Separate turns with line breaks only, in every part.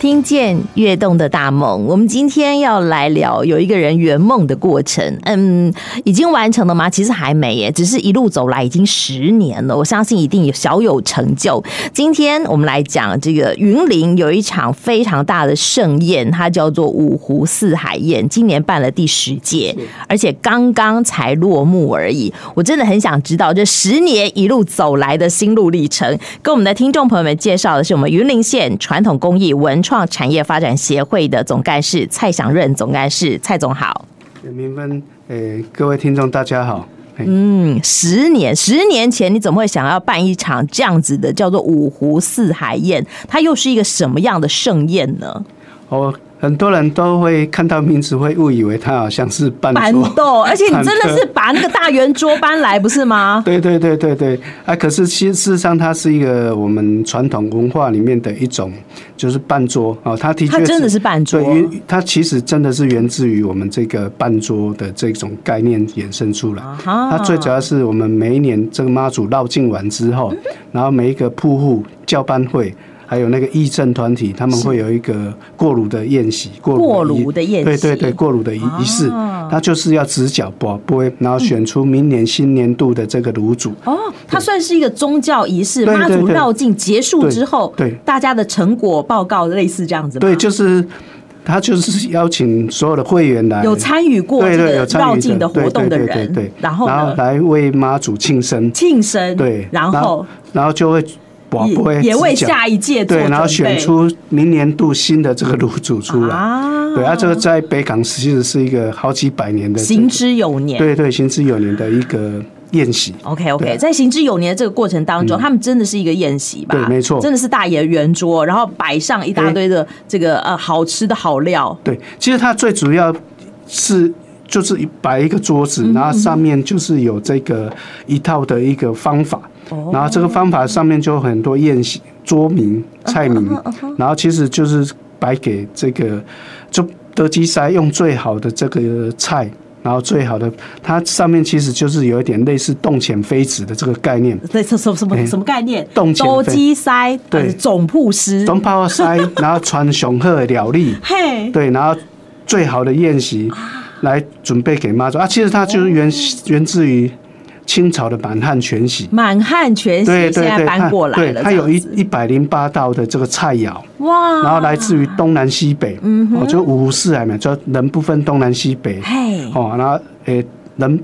听见跃动的大梦，我们今天要来聊有一个人圆梦的过程。嗯，已经完成了吗？其实还没耶，只是一路走来已经十年了，我相信一定有小有成就。今天我们来讲这个云林有一场非常大的盛宴，它叫做五湖四海宴，今年办了第十届，而且刚刚才落幕而已。我真的很想知道这十年一路走来的心路历程。跟我们的听众朋友们介绍的是我们云林县传统工艺文。创产业发展协会的总干事蔡祥任总干事，蔡总好。
明芬，诶、欸，各位听众大家好。
嗯，十年，十年前你怎么会想要办一场这样子的叫做五湖四海宴？它又是一个什么样的盛宴呢？
哦，很多人都会看到名字会误以为它好像是
板豆，而且你真的是把那个大圆桌搬来，不是吗？
对对对对对，啊，可是其实事实上它是一个我们传统文化里面的一种，就是半桌哦，它的确
它真的是半桌，
对，它其实真的是源自于我们这个半桌的这种概念衍生出来。啊、它最主要是我们每一年这个妈祖绕境完之后，嗯、然后每一个铺户教班会。还有那个义政团体，他们会有一个过炉的宴席，
过炉的宴席，
对对对，过炉的仪仪式，他、啊、就是要直角拨拨，然后选出明年新年度的这个炉主。
哦，它算是一个宗教仪式，妈祖绕境结束之后，
对
大家的成果报告类似这样子。
对，就是他就是邀请所有的会员来
有参与过
对对有
绕境的活动的人，
对对,對，
然后
然后来为妈祖庆生，
庆生
对，
然后
然后就会。
也也为下一届
对，然后选出明年度新的这个炉主出来。啊、对，啊，这个在北港其实是一个好几百年的、這個、
行之有年，
对对，行之有年的一个。宴席
，OK OK，在行之有年的这个过程当中，他们真的是一个宴席吧？
嗯对，没错，
真的是大爷圆桌，然后摆上一大堆的这个呃好吃的好料。
对，其实它最主要是。就是摆一个桌子，然后上面就是有这个一套的一个方法，然后这个方法上面就有很多宴席桌名、菜名，然后其实就是摆给这个就德基塞用最好的这个菜。然后最好的，它上面其实就是有一点类似“洞潜飞子”的这个概念。
对，什什什
哎
么什么概念？
洞潜
飞塞
对，
总铺师
总泡塞，然后穿雄鹤料理，
嘿，
对，然后最好的宴席。
啊
来准备给妈祖啊！其实它就是
哦
源源自于清朝的满汉全席。
满汉全席
对对
对，搬过来
了。它有一一百零八道的这个菜肴，
哇！
然后来自于东南西北，
啊嗯，哎
哦，就五湖四海嘛，就人不分东南西北，
嘿，
哦，然后诶人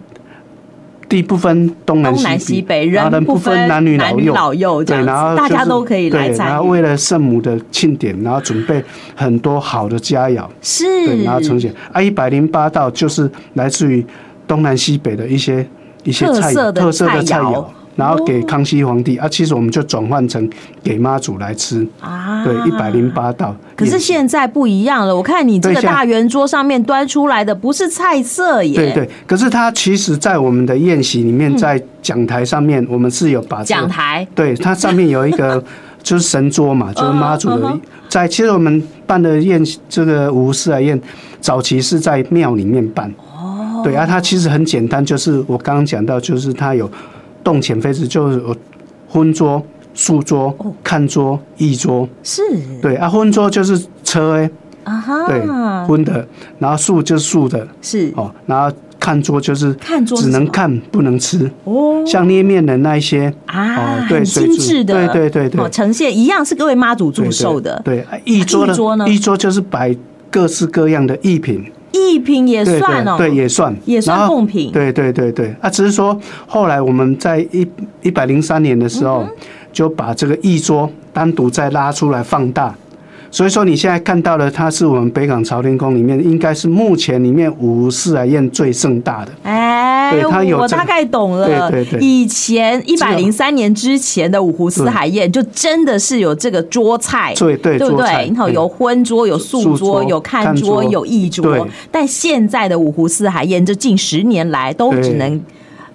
地不分东南
西
北，
然后
人不分男女老幼，
老幼
对，然后
大家都可以来参与。
然后为了圣母的庆典，然后准备很多好的佳肴，
是，
对，然后呈现啊，一百零八道就是来自于东南西北的一些一些菜
特
色的
菜肴。
然后给康熙皇帝、哦、啊，其实我们就转换成给妈祖来吃
啊，
对，一百零八道。
可是现在不一样了，我看你这个大圆桌上面端出来的不是菜色耶。
对对，可是它其实，在我们的宴席里面，在讲台上面，我们是有把、這個、
嗯讲台，
对，它上面有一个 就是神桌嘛，
嗯
就是妈祖的。在其实我们办的宴，这个五四啊宴，早期是在庙里面办。
哦，
对啊，它其实很简单，就是我刚刚讲到，就是它有。动前飞子就是荤桌、素桌、
哦
看桌、一桌，
是
对啊，荤桌就是车哎，
啊哈，
对，荤的，然后素就是素的，
是
哦，然后看桌就是
看桌
只能看不能吃
哦，
像捏面人那一些
啊，
哦对，
精致的，哦
对对对对，
呈现一样是各位妈祖祝寿的，
对，啊一桌
的桌呢，
一桌就是摆各式各样的艺品。
一品也算哦，
对，也算，
也算贡品。
对对对对，啊，只是说后来我们在一一百零三年的时
嗯
候，就把这个一桌单独再拉出来放大，所以说你现在看到的，它是我们北港朝天宫里面，应该是目前里面五四来宴最盛大的。
哎，
对，它有、這個。
我大概懂了。
对对对。
以前一百零三年之前的五湖四海宴，就真的是有这个桌菜。
对对哎
对不对？
你
看有荤桌，有素桌，有看桌，有一桌。但现在的五湖四海宴，这近十年来都只能。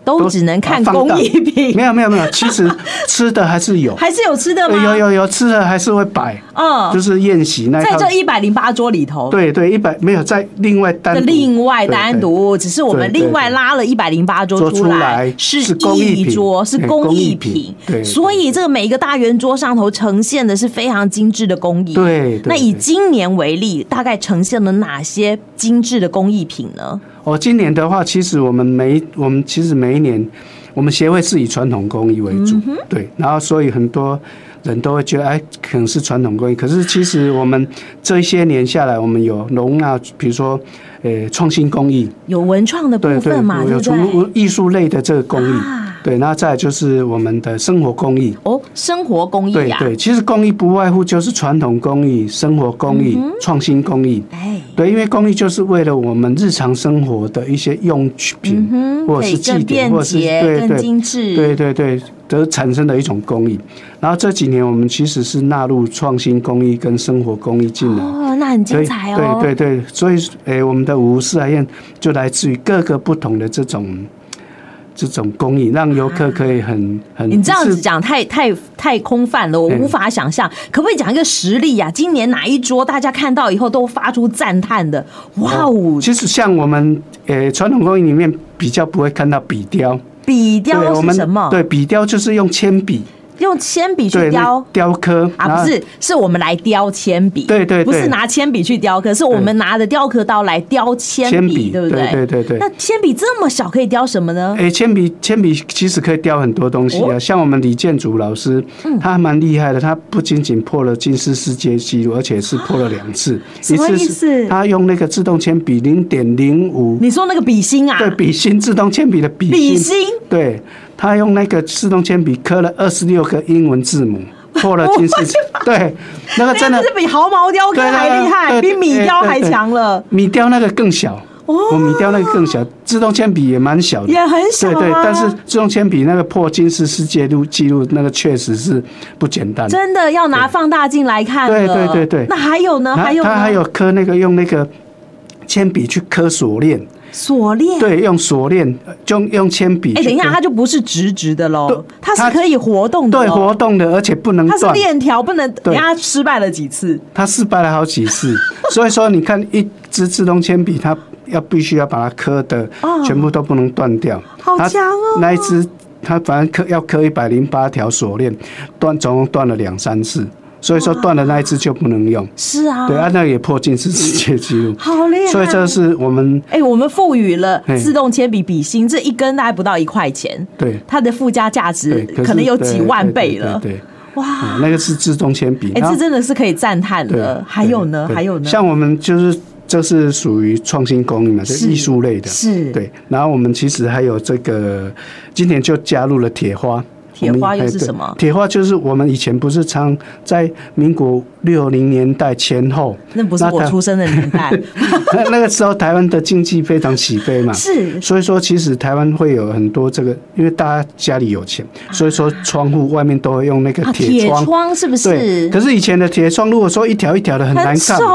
都只能看
放大
工艺品，
没有没有没有，其实吃的还是有， 哎
还是有吃的吗？
有有有吃的还是会摆，
嗯，
就是宴席那一
在
套
这。一百零八桌里头，
对对，一百没有在另外单
的
独
另外单
对对
独，只是我们
对对
另外拉了一百零八桌
桌出
来
来，是工艺
一
品
桌，是
对
工
工
艺
艺品对对
所以这个每一个大圆桌上头呈现的是非常精致的工艺。
对对
那以
对
今年为例，大概呈现了哪些精致的工艺品呢？
哦，今年的话，其实我们每我们其实每一年，我们协会是以传统工艺为主，
嗯
对，然后所以很多人都会觉得，哎，可能是传统工艺，可是其实我们这些年下来，我们有容纳，比如说，呃，创新工艺，
有文创的部
对对，
分嘛，对
有
不
除
对？
艺术类的这个工艺，
啊
对，那再来就是我们的生活工艺，
哦，生活工艺
对
呀、啊，
对，其实工艺不外乎就是传统工艺、生活工
嗯
艺、创新工艺，
哎，
对，因为工艺就是为了我们日常生活的一些用品，
嗯哼，
或
可
者
以
是
更
祭典，或
便
者是
捷、
对
更
对
精致，
对对对，得产生的一种工艺。然后这几年我们其实是纳入创新工艺跟生活工艺进来。
哦，那很
所
精
以
彩哦。
对对对，所以诶、我们的五湖四海宴就来自于各个不同的这种这种工艺，让游客可以很很
你这样
是
子讲太太太空泛了，我
嗯
无法想象。可不可以讲一个实例呀、今年哪一桌大家看到以后都发出赞叹的？哇哦，
其实像我们诶传、统工艺里面比较不会看到笔雕，
笔
对，
雕
我
是
们
什么？
对，笔雕就是用铅笔
用铅笔去
对那
雕。
雕刻
啊，
然后
不是，是我们来雕铅笔，
对对对
不是拿铅笔去雕刻，是我们拿着雕刻刀来雕铅
嗯铅
笔，
笔，
对不对？
对对对
那铅笔这么小可以雕什么呢？
诶、铅笔铅笔其实可以雕很多东西啊，
哦嗯
像我们李建筑老师，他还蛮厉害的，他不仅仅破了金丝世界纪录，而且是破了两次，
啊什么
一
意
次
思
是他用那个自动铅笔零点零五
你说那个笔芯啊，
对笔芯自动铅笔的笔
笔
芯，
芯
对他用那个自动铅笔刻了二十六个英文字母，破了金丝，对，那个真的
那哎是比毫毛雕刻
对对
还厉害，
对
比
对
米
对
雕
对
还
对
强了。
米雕那个更小。
哦
我米雕那个更小，自动铅笔也蛮小的，
也很小啊
对对，但是自动铅笔那个破金氏世界录记录，那个确实是不简单。
真的要拿放大镜来看了。
对对对对
那还有呢？
然后
还有呢
他还有刻那个用那个铅笔去刻锁链，
锁链。
对，用锁链，呃就用铅笔去
哎，
刻。
等一下，它就不是直直的喽
对，
它是
它
可以活动的
对
咯，
活动的，而且不能
它是
断。
链条，不能。人
对
家失败了几次？
他失败了好几 次，所以说你看一支自动铅笔，它要必须要把它刻的
哦
全部都不能断掉，
好
它
强哦
那一支它反正刻要刻一百零八条锁链，断总共断了两三次，所以说断了那一支就不能用。
是啊，，
对，啊，那也破近似世界纪录
好厉害。
所以这是我们
哎，我们赋予了
嘿
自动铅笔笔芯，这一根大概不到一块钱，
对
它的附加价值
对，是
可能有几
对
万
对
倍
对
了。
对对，
哇，
嗯那个是自动铅笔，
哎，
然后
这真的是可以赞叹
对
的。还有呢，
对
还有呢，
像我们就是这是属于创新工艺嘛，就是艺术类的，
是
对。然后我们其实还有这个，今年就加入了铁花。
铁花
我们
又是
哎对
什么
铁花就是我们以前不是常在民国六零年代前 后，
那不是我
台
出生的年 代，
那那个时候台湾的经济非常起飞嘛，
是
所以说其实台湾会有很多这个，因为大家家里有钱，所以说窗户外面都会 用那个
啊，
铁
铁
窗。
窗是不
对，
是
可？是以前的铁窗，如果说一条一条的很难
很
看，
丑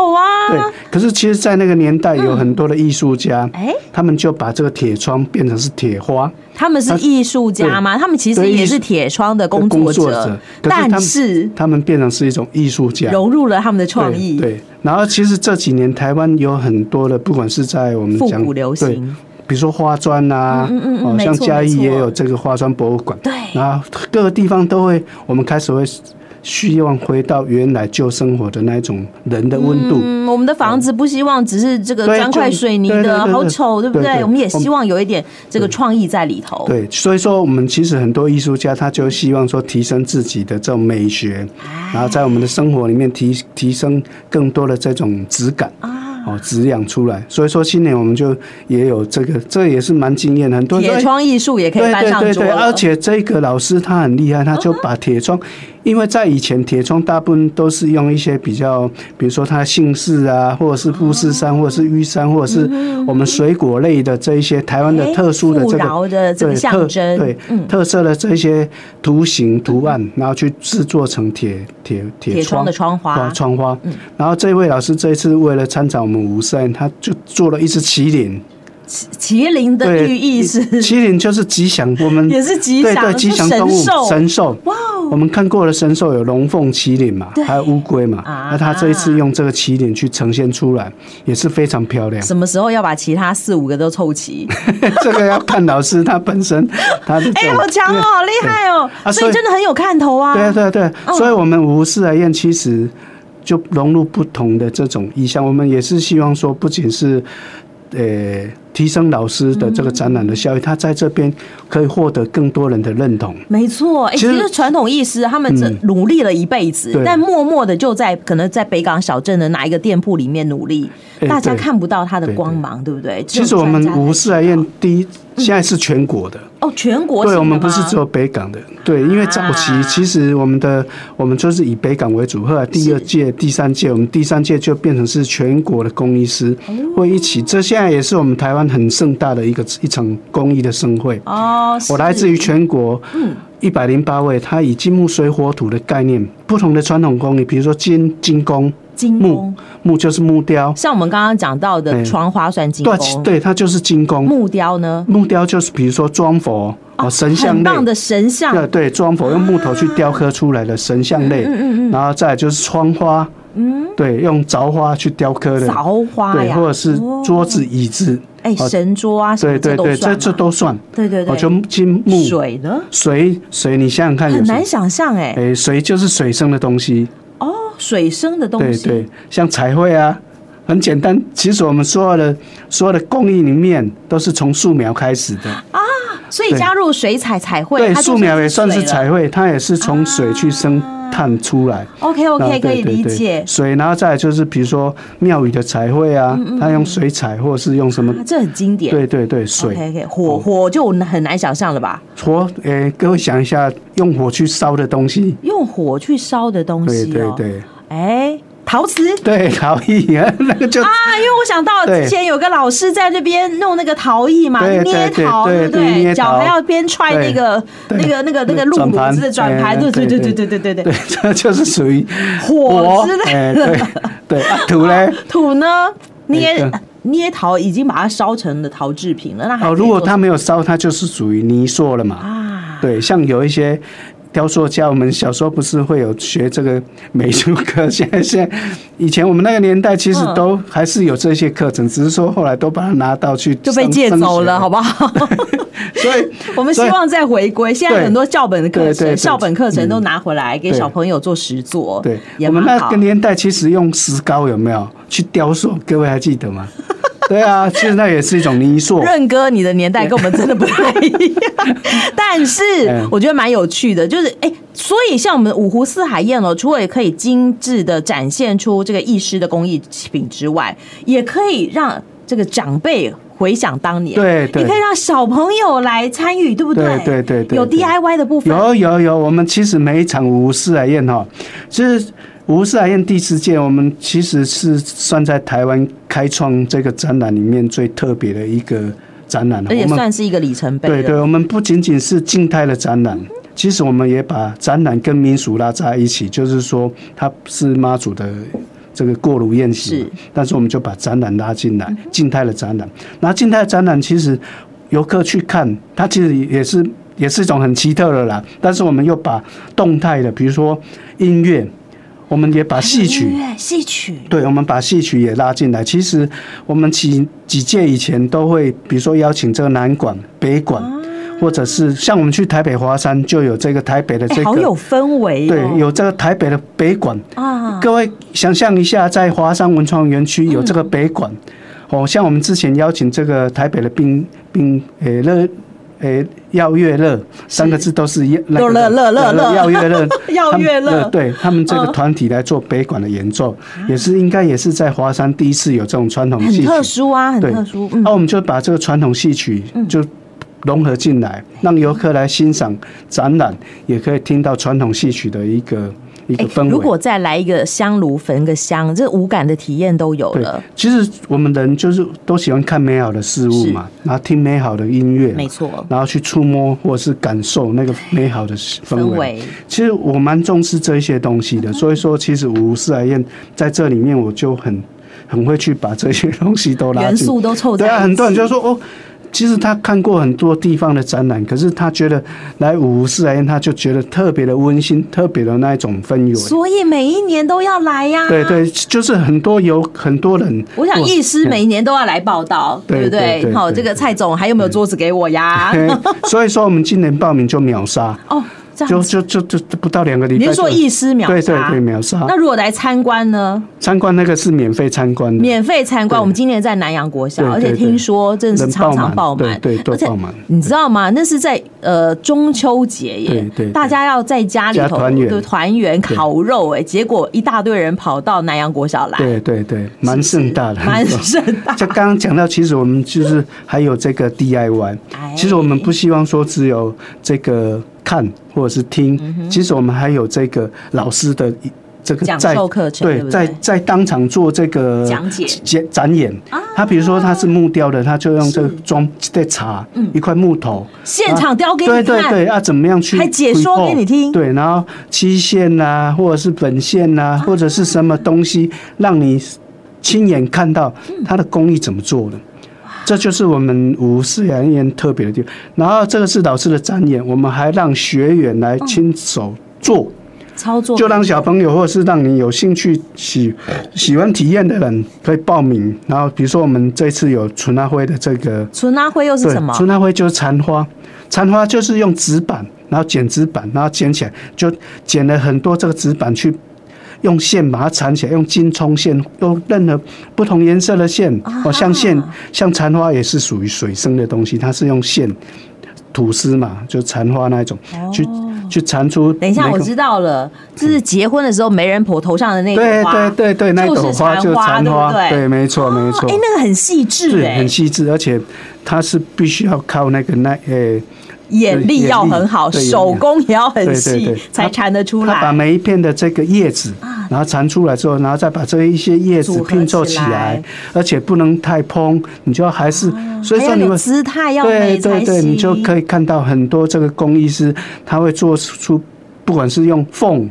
对
啊。，
可是其实，在那个年代有很多的艺术家，
哎，
他们就把这个铁窗变成是铁花，
他们是艺术家吗？他们其实
对
也
艺术
是铁窗的工
工
者，
作者可是他们
但是
他们变成是一种艺术家。
融入了他们的创
对
意，
对，然后其实这几年台湾有很多的，不管是在我们
复
讲
古流
对
行。
比如说花砖啊，
嗯嗯嗯嗯
哦，
没
像
错
嘉
没
义
错
也有这个花砖博物馆，
对
然后各个地方都会，我们开始会希望回到原来旧生活的那一种人的温度，
嗯，我们的房子不希望只是这个
对
砖块
就
水泥
对对
的，
对对
好丑，对不
对
对？
对
我们也
我们
希望有一点这个创意在里头。
对，所以说我们其实很多艺术家，他就希望说提升自己的这种美学，然后在我们的生活里面提提升更多的这种质感。
啊，
哦，滋养出来，所以说今年我们就也有这个，这也是蛮惊艳的，很多人
铁
说哎
窗艺术也可以搬
对
上
对对
桌
对，
了
而且这个老师他很厉害，他就把铁窗，因为在以前铁窗大部分都是用一些比较，比如说他姓氏啊，或者是富士山，或者是玉山，或者是我们水果类的这一些台湾的
嗯哎
特殊的这
富
个
饶的这个
对
象
特
征，嗯
对特色的这些图形图案，然后去制作成铁铁
铁
铁
窗
窗
的窗花嗯
啊窗 花。然后这位老师这一次为了参展我们五山，他就做了一只麒麟，
麒麟的
对
寓意是
麒麟就是吉祥，我 们
也是吉
对
祥，
对
是
吉祥
神
动物
兽
神兽。
哇哦，
我们看过的神兽有龙凤、麒麟嘛
对，
还有乌龟嘛。
啊
那它这一次用这个麒麟去呈现出来，也是非常漂 亮。
什么时候要把其他四五个都凑齐？
这个要看老师他本身他的这
哎、
种
好强哦，好厉害哦！
啊
所
所
以
以
真的很有看头啊。
对对对，
嗯
所以我们五四来宴其实就融入不同的这种意向，我们也是希望说，不仅是呃提升老师的这个展览的效益，他在这边可以获得更多人的认同。
没错，哎、其
其实嗯
实传统艺师他们这努力了一辈子，
对
但默默的就在可能在北港小镇的哪一个店铺里面努力，
哎
大家
对
看不到他的
对对
光芒，对不对？只有
其实我们
专家才
五四来
知
宴
道
第一
嗯
现在是全国的，
哦，全国性
对，
的
我们不是
吗啊
只有北港的，对，因为早期其实我们的我们就是以北港为主，后来第二届、第三届，我们第三届就变成是全国的公益师
哦
会一起，这现在也是我们台湾很盛大的一个一场公益的盛会。
哦，是
我来自于全国
嗯
一百零八位，他以金木水火土的概念，不同的传统工艺，比如说金金工，
金
木
工，
木就是木雕，
像我们刚刚讲到的
哎
床花算金
对
工，
对，它就是金工。
木雕呢，
木雕就是比如说装佛哦，神像
很
类
棒的神像，
对对，装佛用木头去雕刻出来的神像类，然后再来就是窗花，
嗯，
对，用凿花去雕刻的，
凿花
对，
呀，
或者是
哦
桌子、椅子，
哎、
哦
神桌啊，什么
对对
都
对，
算
这
嘛
这都算。
对对对，
哦，就金木
水呢，
水水，你想想看，
很
有什么
难？想象哎、
哎，水就是水生的东西，
哦，水生的东
对
西，
对，像彩绘啊，很简单。其实我们所有的所有的工艺里面，都是从素描开始的。
所以
对
加入水彩彩绘，
对，
它就
素描也算是
水了啊
彩绘，它也是从水去生碳出来。
OK
啊
OK，
对
可以
对
理
对
解。嗯
水，然后再来就是比如说庙宇的彩绘啊，它用水彩或是用什么？
啊这很经典。
对对对，
o
水哦
k OK，火火就很难想象了吧？
火，诶，各位想一下，用火去烧的东西。
用火去烧的东
对
西
对
哦，
对
哎，陶瓷
对，陶艺 啊，那个就
啊，因为我想到
对
之前有个老师在那边弄那个陶艺嘛，
对对
捏
对
陶，
对
不
对
对？
捏
脚
陶
还要边踹那
对
个
对
那个那个那个
那
路
转
炉
盘
子的转
哎
盘，对对
对
对对对对
对
对对
对。， 这就是属于
火之类
哎对对，啊 土嘞。哎
土呢，捏
对对
捏陶已经把它烧成了陶制品了，那还
哦，
可以
如果
做
它没有烧，它就是属于泥塑了嘛。
啊，
对，像有一些雕塑家，我们小时候不是会有学这个美术课？现在现在以前我们那个年代，其实
嗯
都还是有这些课程，只是说后来都把它拿到去
就被借走了，好
吧？
不好？
所以
我们希
所以
望再回归。现在
对
很多教本的课
对对
程、
对嗯
校本课程都拿回来给
对
小朋友做实作，
对
也
我们
蛮
那
好
个。年代，其实用石膏有没有去雕塑？各位还记得吗？对啊，其实那也是一种 泥塑。
任哥，你的年代跟我们真的不太一样，但是
嗯
我觉得蛮有趣的，就是哎、所以像我们五湖四海宴哦，除了也可以精致的展现出这个艺师的工艺品之外，也可以让这个长辈。回想当年，
对对
也可以让小朋友来参与，对不对？
对对对对
有
对
DIY 的部分，
有有有，我们其实每一场五四来宴哈，就是五四来宴第四届，我们其实是算在台湾开创这个展览里面最特别的一个展览。
而且
我们
算是一个里程碑了。
对对，我们不仅仅是静态的展览，其实我们也把展览跟民俗拉在一起，就是说它是妈祖的。这个过炉宴席
是，
嘛
嗯
但是我们就把展览拉进来，静态的展览。那静态的展览其实游客去看，它其实也是也是一种很奇特的啦。但是我们又把动态的，比如说音乐，我们也把戏曲，
音乐嗯戏曲，
对，我们把戏曲也拉进来。其实我们几几届以前都会，比如说邀请这个南管、北管，
啊
或者是像我们去台北华山就有这个台北的
哎、
这个，
好有氛围、哦。
对，有这个台北的北管。
啊，
各位想象一下，在华山文创园区有这个北管，
嗯
哦，像我们之前邀请这个台北的冰冰诶乐。诶，耀月乐三个字都是一，那个
乐乐乐乐，
耀月乐
耀月乐哦啊
他们呃对他们这个团体来做北管的演奏，也是应该也是在华山第一次有这种传统戏
很
曲，
特殊啊，很
对
特殊。嗯
那、我们就把这个传统戏曲就融合进来，让游客来欣赏展览，也可以听到传统戏曲的一个一个
哎
氛围。
如果再来一个香炉焚个香，这五感的体验都有
对
了。，
其实我们人就是都喜欢看美好的事物嘛，然后听美好的音乐嘛，
没错
然后去触摸或是感受那个美好的氛
氛
围
围。
其实我蛮重视这一些东西的，所以说其实五四来宴在这里面我就很很会去把这些东西都拉
元
进。
素都凑在
对
一起，
啊，很多人就说哦，其实他看过很多地方的展览，可是他觉得来五湖四海宴，他就觉得特别的温馨，特别的那一种氛围。
所以每一年都要来呀、
对。对，就是很多有很多人，
我想，艺师每一年都要来报道，
对
不
对对
好，
对
这个蔡总还有没有桌子给我呀？
嘿所以说我们今年报名就秒杀，
哦，这
就
样子。
就就就就不到两个礼拜
你
就。
是说艺师秒杀？
对对对，秒杀
那。如果来参观呢？
参观那个是免费参观的，
免费参观，
对
我们今年在南洋国小，
对
而
对
且听说真的是
人
常常爆
爆满
满，
对对都
而且
爆满
你知道吗？那是在呃中秋节耶，
对对对
大家要在家里
家
头
团圆
对团圆烤肉，哎，结果一大堆人跑到南洋国小来，
对对对，蛮盛大的，
蛮盛大。
就刚刚讲到，其实我们就是还有这个 DIY，
哎
其实我们不希望说只有这个看或者是听，
嗯
其实我们还有这个老师的一这个
讲
在
授课程对不对
在在当场做这个
讲解啊
展展演。他比如说他是木雕的，他就用这个装在茶
嗯
一块木头，
现场雕给你
对
看，
对对，啊，怎么样去
还解说给你听
report，对，然后期限呐、或者是本线
啊
呐、或者是什么东西，让你亲眼看到
嗯
它的工艺怎么做的。这就是我们五四演员特别的地方。然后这个是老师的展演，我们还让学员来亲手做，
嗯操作
就让小朋友或者是让你有兴趣喜喜欢体验的人可以报名。然后比如说我们这次有纯阿辉的这个
纯阿辉又是
对，
什么？
春纳灰就是残花，残花就是用纸板，然后剪纸板，然后剪起来，就剪了很多这个纸板去用线把它缠起来，用金葱线，用任何不同颜色的线，
啊
哦，像线，像残花也是属于水生的东西，它是用线吐丝嘛，就残花那一种，去去缠出。
哦等一下，我知道了，就是结婚的时候媒人婆头上的那
对
朵花，
对对对，那
就
朵
是
花就
花，
残
对
花，
不对？
对，没错没错。
哎、那个很细致
是
哎、
很细致，而且它是必须要靠那个耐诶、
眼力要很好，
对眼力
手工也要很
对对
细
对，
才缠得出
他把
来。啊
每一片的这个叶子，然后缠出来之后，然后再把这一些叶子
组合
拼凑
起
起
来啊
来，而且不能太蓬，你就还是，所
嗯
以
还
说
要
你
有
会。
姿态要
对
美
对
才
对，
行，
你就可以看到很多这个工艺师，他会做出不管是用凤、
嗯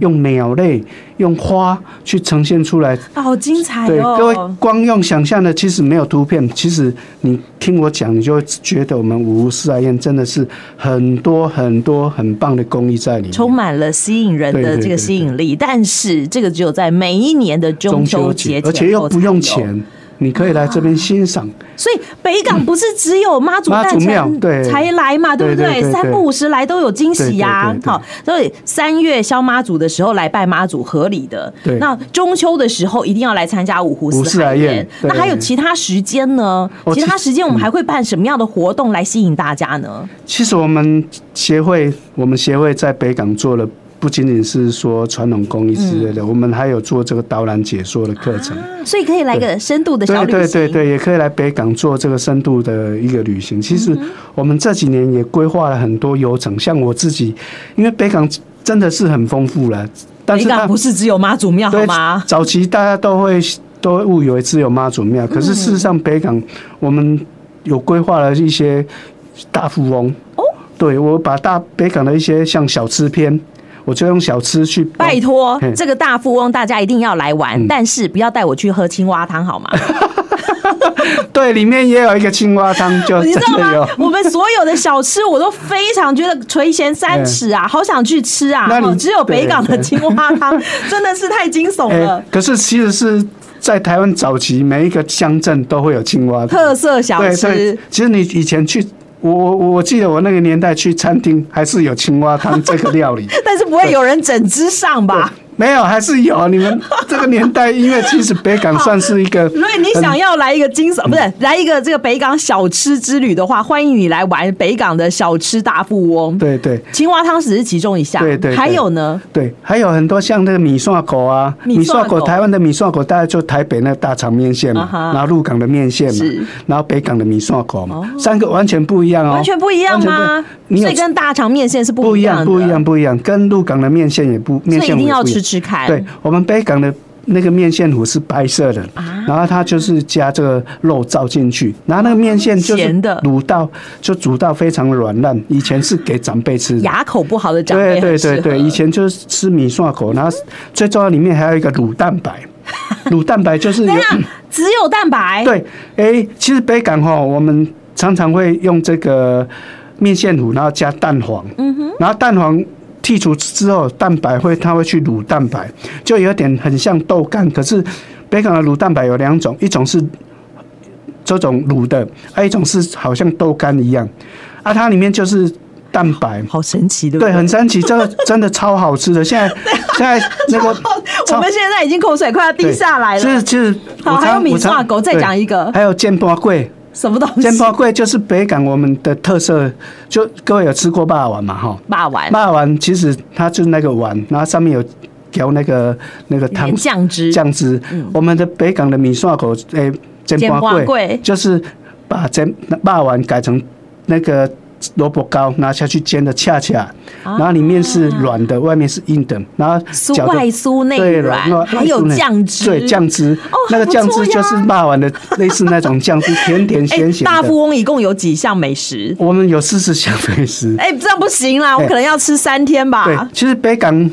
用鸟类、用花去呈现出来。
啊，好精彩
对，各位
哦！
光用想象的，其实没有图片，其实你听我讲，你就会觉得我们五湖四海宴真的是很多很多很棒的工艺在里面。
充满了吸引人
对对
的
对
这个
对
吸引力，但是这个只有在每一年的中秋节前后
而且又不用
才有，
钱，你可以来这边欣赏。
所以北港不是只有妈祖
妈
诞
嗯祖庙
辰
对
才来嘛，对不
对对对对
三不五十来都有惊喜呀
对对对。对
好，所以三月消妈祖的时候来拜妈祖合理的
对，
那中秋的时候一定要来参加五湖
五四
海
海
宴
宴。
那
对
还有其他时间呢？
哦
其他
其
时间我们还会办什么样的活动来吸引大家呢？
其实我们协会，我们协会在北港做了。不仅仅是说传统工艺之
嗯
类的，我们还有做这个导览解说的课程。
所以可以来个深度的小
对
旅
对
行。
对对，也可以来北港做这个深度的一个旅行。其
嗯
实我们这几年也规划了很多游程，像我自己，因为北港真的是很丰富了，但
北
是它
港不是只有妈祖庙好
对，
吗？
早期大家都会都会误以为只有妈祖
嗯
庙，可是事实上北港我们有规划了一些大富翁
哦，
对我把大北港的一些像小吃篇，我就用小吃去
拜托
哦嘿，嗯
这个大富翁大家一定要来玩，但是不要带我去喝青蛙汤好吗？
对，里面也有一个青蛙汤，就
哦你
真
知道
的有
吗。？我们所有的小吃我都非常觉得垂涎三尺啊，好想去吃啊！
嗯那你
哦只有北港的
对对
青蛙汤 真的是太惊悚
哎、
了，
可是其实是在台湾早期每一个乡镇都会有青蛙汤，
特色小
对对
吃。，
其实你以前去。我我我记得我那个年代去餐厅还是有青蛙汤这 个料理，
但是不会有人整只上吧？
没有，还是有。你们这个年代，因为其实北港算是一个很，
如果你想要来一个惊
嗯
悚，不是来一个这个北港小吃之旅的话，欢迎你来玩北港的小吃大富翁。
对对
青蛙汤只是其中一项，
对对对
还有呢，
对，还有很多像那个米线狗啊，
米
米
线
线
狗
狗，台湾的米线狗，大概就台北那个大肠面线
啊
嘛，
哈
然后鹿港的面线
是
嘛，然后北港的米线狗嘛，三个完全不一样哦，
完全不一样
完
吗
全不？你有
所以跟大肠面线是
不
不
一
样的，
样，不一样，不一样，跟鹿港的面线也不面
所以
线
一
糊
定
也
要
不一
吃
样。
吃看。
对，我们北港的那个面线糊是白色的，
啊
然后它就是加这个肉燥进去，然后那个面线就是
咸的
卤到就煮到非常软烂，以前是给长辈吃的。
牙口不好的长辈
对对
很适
对
合
对，以前就是吃米线口，然后最重要里面还有一个卤蛋白，乳蛋白就是有
等一下，只有蛋白，
对，哎，其实北港哈，我们常常会用这个面线糊，然后加蛋黄，嗯哼，然后蛋黄剔除之后，蛋白会它会去卤蛋白，就有点很像豆干，可是北港的卤蛋白有两种，一种是这种卤的，啊，一种是好像豆干一样，啊，它里面就是蛋白。
好神奇，对不
对，很神奇，这个真的超好吃的。现在现在那 个
我们现在已经口水快要滴
对
下来
其
了
实。其实
好
我
还有
常
米
我常
辣狗再
对
讲一个
还有煎包粿。
什么东西
煎？包粿就是北港我们的特色，就各位有吃过霸丸嘛？哈，
霸丸
霸丸其实它就是那个丸，然后上面有调那个那个汤
点酱汁
酱汁。
嗯
我们的北港的米线口诶、煎
煎
包
包粿
粿就是把煎霸丸改成那个萝卜糕，拿下去煎的恰恰，然后里面是软的，外面是硬的，然后
啊酥
搅得
外酥内
对
软
外
还有
酥内
酱汁哦
对酱汁，那个
不
酱
错
汁就是
呀
霸丸的类似那种酱 汁，甜甜咸
哎
咸的。
大富翁一共有几项美食？
我们有四十项美食。
哎，这样不行啦，我
哎
可能要吃三天
对
吧，。
其实北港，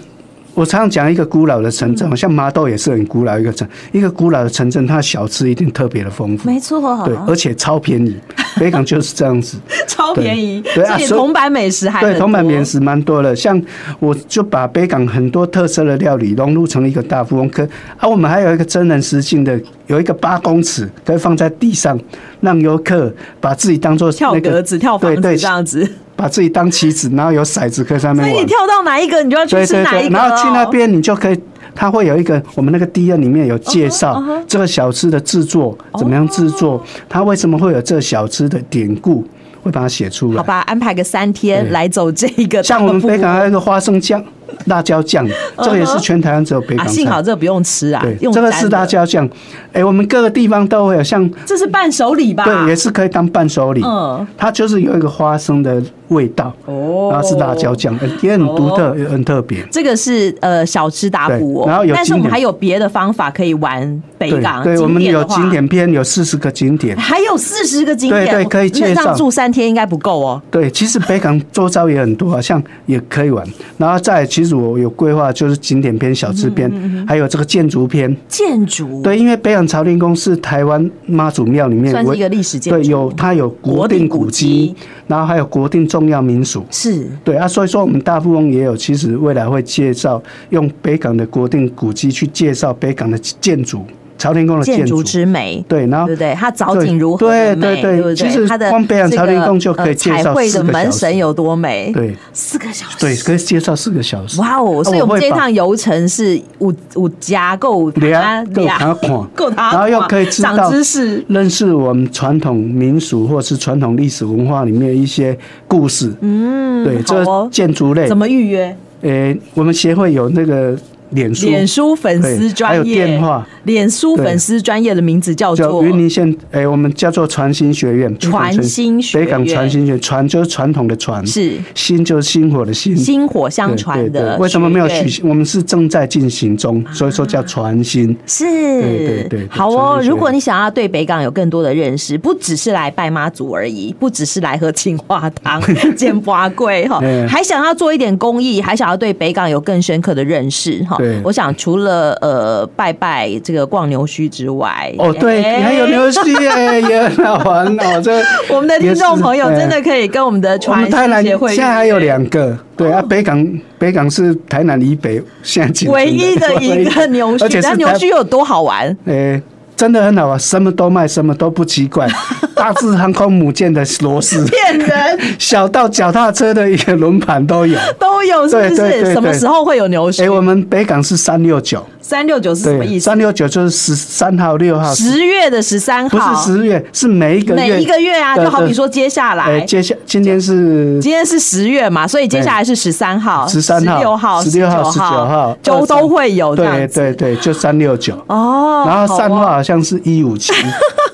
我常常讲一个古老的城
嗯
镇，像麻豆也是很古老一个城，一个古老的城镇，它的小吃一定特别的丰富。
没错，
对，而且超便宜。北港就是这样子。
超便宜，
对对啊
所以
所以
铜板美食还
对，
很
铜板
多
美食蛮多的，像我就把北港很多特色的料理融入成一个大富翁可啊，我们还有一个真人实境的，有一个八公尺可以放在地上，让游客把自己当做、那
跳
个、
格子、跳房
对
子
对
这样子，
把自己当棋子，然后有骰子可以在
所
那边
以你
玩。
跳到哪一个，你 就要去
对
吃
对
哪一
对，
个
然
哦。
后去那边你就可以，它会有一个我们那个 D N 里面有介
嗯
绍
哼嗯哼
这个小吃的制作，怎么样制
哦
作，它为什么会有这小吃的典故，会把它写出
好
来。
吧，安排个三天
对
来走这一个大
像
富翁。
我们北港还有一个花生酱、辣椒酱，这个也是全台湾只有北
啊，
港才
幸好
有。
这个不用吃啊
对，，
用
这个
沾
是
的
辣，椒酱，哎，我们各个地方都会有，像
这是伴手礼吧？
对，也是可以当伴手礼。
嗯
它就是有一个花生的味道，
哦
啊然后是辣椒酱，哎也很独特，也很特别。
这个是呃小吃打补哦，
对然后有
但是
景
我们
点
还有别的方法可以玩北
对
港。
对，我们
景
有
的话
景，点片，有四十个景点。
还有四十个景点，
对对可以
那
介
这样
绍
住三天应该不够哦。
对，其实北港周遭也很多啊，像也可以玩。然后再来其实我有规划，就是景点篇、小吃
嗯
篇，还有这个建筑篇。
建筑
对，因为北港朝天宫是台湾妈祖庙里面
算是
唯
一个历史建筑
对，有它有
国
国
定
定
古
古
迹
迹，然后还有国定重要民俗。
是
对啊，所以说我们大富翁也有，其实未来会介绍用北港的国定古迹去介绍北港的建筑，朝天宫的
建
建
筑
筑。
之美。
对，然后
对不对？它藻井如何的
对
美，
对对
不对？
其实
它的
光北洋
这
朝天
个
宫就可以介
呃彩
绍
绘
四
的
个
门
小
神
时
有多美，，
对
四个小时，
对，可以介绍四个小时。
哎哇哦！所以
啊
我们这一
会把
趟游程是五五家够
俩够他看，
够他
然后又可以知
长
道
知识
认识我们传统民俗或是传统历史文化里面一些故事。嗯，对，
好哦
这建筑类
怎，么预约？
呃，我们协会有那个脸书，
脸书粉丝
对
专
还
业，
有电话
脸书
对
粉丝专业的名字叫
叫
做
云林县，哎，我们叫做传新学院，北港
传新学院
北港传新学院，传就是传统的传，
是
新就是薪火的薪。
薪火
对
相传
嗯对对
的，
为什么没有
学院
取消？我们是正在进行中，所以说叫传新。
是，
对对对
好
传
哦。
递学
如果你想要对北港有更多的认识，不只是来拜妈祖而已，不只是来喝青花 汤、煎花贵哈
嗯，
还想要做一点公益，还想要对北港有更深刻的认识哈
对。
我想除了呃拜拜这个逛牛墟之外，
哦，对，
哎
还有牛墟耶，也很好玩哦。这
我们的听众朋友
也是哎
真的，可以跟我们的
哎我
传
们台
世
南
协会哦
现在还有两个，对啊，北港北港是台南以北现在仅存
唯一 的一个牛
而且
墟，
是
那牛
台
墟，有多好玩？
哎，真的很好玩，什么都卖，什么都不奇怪。大致航空母舰的螺丝，
骗人
小到脚踏车的一个轮盘都有。
都有，是
对
不
对对
是？
对
什么时候会有牛
哎，我
墟？
们北港是三六九，
三六九是什么意
对，
思？
三六九就是十三号、六号，
十月的十三
不是
号，
十月，是每一个月，
每一个月啊，
对
就好比
对
说接下
哎，
来。
接下今天是
今天是十月嘛，所以接下来是十三号、
13号
六号、
16号
19
19号
就都会有这样
对
子。
对对，就三六九，
哦，
然后
好
散
哦
化好像是一 五七，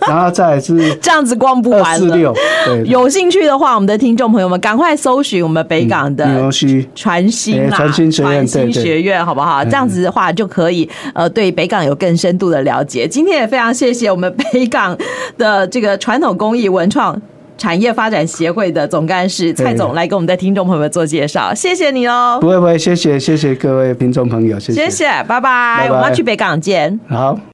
然后再来是
这样子逛不
二
完
四
了。
六，对，
有兴趣的话，我们的听众朋友们赶快搜寻我们北港的
牛墟，
传新啦，
哎传新学院
传新
对对
学院好不好？这样子的话就可以呃对北港有更深度的了解。今天也非常谢谢我们北港的这个传统工艺文创。产业发展协会的总干事蔡总
对
来给我们的听众朋友们做介绍，谢谢你哦，
不会不会，谢谢谢谢各位听众朋友，谢
谢
谢，
谢，拜拜，
拜拜
我们要去北港见。
好。